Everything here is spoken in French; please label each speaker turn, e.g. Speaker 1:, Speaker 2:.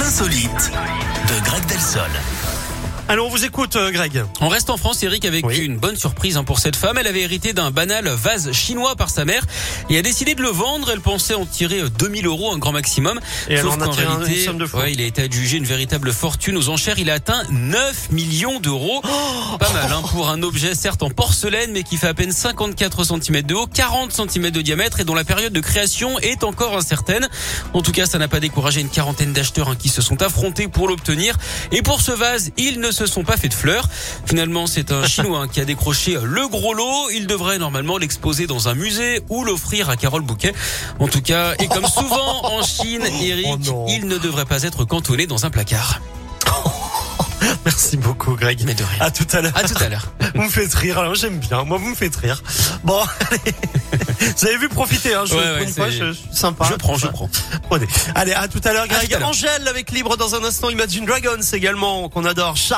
Speaker 1: insolites de Greg Delsol.
Speaker 2: Allons, on vous écoute, euh, Greg.
Speaker 3: On reste en France, Eric, avec
Speaker 2: Oui.
Speaker 3: une bonne surprise hein, pour cette femme. Elle avait hérité d'un banal vase chinois par sa mère et a décidé de le vendre. Elle pensait en tirer euh, 2000 euros, un grand maximum.
Speaker 2: Et elle
Speaker 3: Sauf
Speaker 2: en a
Speaker 3: qu'en
Speaker 2: tiré un-
Speaker 3: réalité,
Speaker 2: une somme de fou.
Speaker 3: ouais, il a été adjugé une véritable fortune aux enchères. Il a atteint 9 millions d'euros.
Speaker 2: Oh
Speaker 3: Pas mal hein, pour un objet certes en porcelaine, mais qui fait à peine 54 cm de haut, 40 cm de diamètre et dont la période de création est encore incertaine. En tout cas, ça n'a pas découragé une quarantaine d'acheteurs hein, qui se sont affrontés pour l'obtenir. Et pour ce vase, ils ne se sont pas fait de fleurs. Finalement, c'est un Chinois hein, qui a décroché le gros lot. Il devrait normalement l'exposer dans un musée ou l'offrir à Carole Bouquet. En tout cas, et comme souvent en Chine, Eric,
Speaker 2: Oh non.
Speaker 3: il ne devrait pas être cantonné dans un placard.
Speaker 2: Merci beaucoup, Greg.
Speaker 3: Mais de rien.
Speaker 2: À tout à l'heure.
Speaker 3: À tout à l'heure.
Speaker 2: Vous me faites rire, alors j'aime bien. Moi, vous me faites rire. Bon, allez. Vous avez vu profiter, hein. Je,
Speaker 3: Ouais,
Speaker 2: pour
Speaker 3: ouais,
Speaker 2: une fois,
Speaker 3: c'est-
Speaker 2: je, je suis sympa.
Speaker 3: Je prends, je
Speaker 2: Ouais.
Speaker 3: prends.
Speaker 2: Prenez. Allez, à tout à l'heure,
Speaker 3: À tout
Speaker 2: Greg.
Speaker 3: à l'heure.
Speaker 2: Angèle avec Libre dans un instant. Imagine Dragons également, qu'on adore.